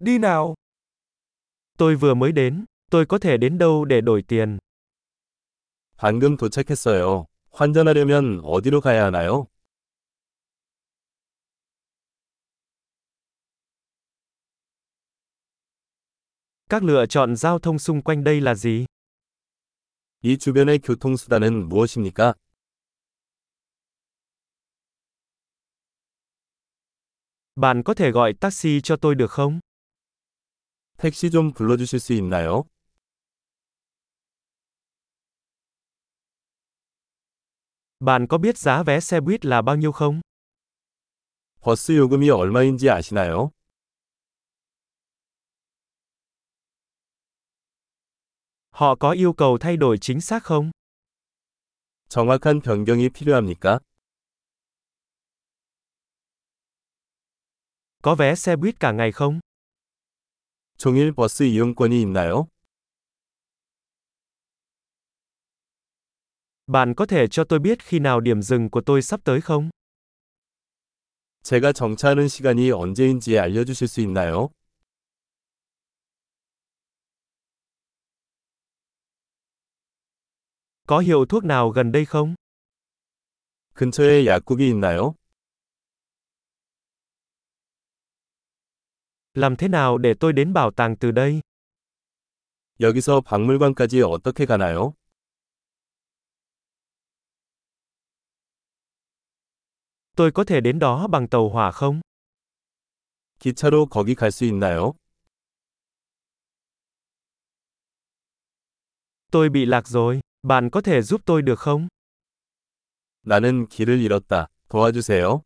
đi nào. Tôi vừa mới đến, tôi có thể đến đâu để đổi tiền? 방금 도착했어요. 환전하려면 어디로 가야 하나요? Các lựa chọn giao thông xung quanh đây là gì? 이 주변의 교통수단은 무엇입니까? Bạn có thể gọi taxi cho tôi được không? 택시 좀 불러주실 수 있나요? Bạn có biết giá vé xe buýt là bao nhiêu không? 버스 요금이 얼마인지 아시나요? Họ có yêu cầu thay đổi chính xác không? 정확한 변경이 필요합니까? Có vé xe buýt cả ngày không? 종일 버스 이용권이 있나요? Bạn có thể cho tôi biết khi nào điểm dừng của tôi sắp tới không? 제가 정차하는 시간이 언제인지 알려주실 수 있나요? Có hiệu thuốc nào gần đây không? 근처에 약국이 있나요? Làm thế nào để tôi đến bảo tàng từ đây? 여기서 박물관까지 어떻게 가나요? Tôi có thể đến đó bằng tàu hỏa không? 기차로 거기 갈 수 있나요? Tôi bị lạc rồi, bạn có thể giúp tôi được không? 나는 길을 잃었다. 도와주세요.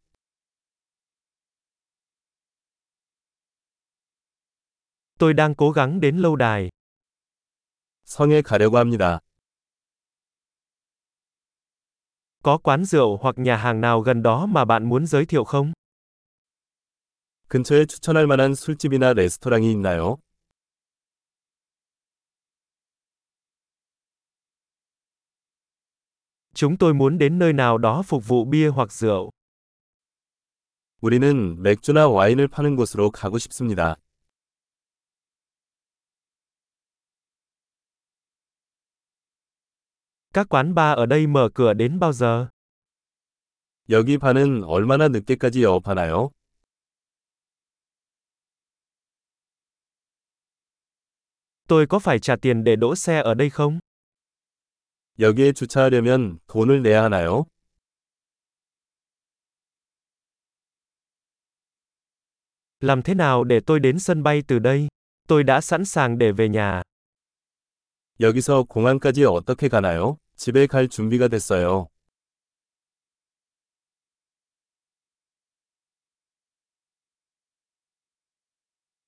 Tôi đang cố gắng đến lâu đài. 성에 가려고 합니다. Có quán rượu hoặc nhà hàng nào gần đó mà bạn muốn giới thiệu không? 근처에 추천할 만한 술집이나 레스토랑이 있나요? Chúng tôi muốn đến nơi nào đó phục vụ bia hoặc rượu. 우리는 맥주나 와인을 파는 곳으로 가고 싶습니다. Các quán bar ở đây mở cửa đến bao giờ? 여기 반은 얼마나 늦게까지 영업하나요? Tôi có phải trả tiền để đỗ xe ở đây không? 여기에 주차하려면 돈을 내야 하나요? Làm thế nào để tôi đến sân bay từ đây? Tôi đã sẵn sàng để về nhà. 여기서 공항까지 어떻게 가나요? 집에 갈 준비가 됐어요.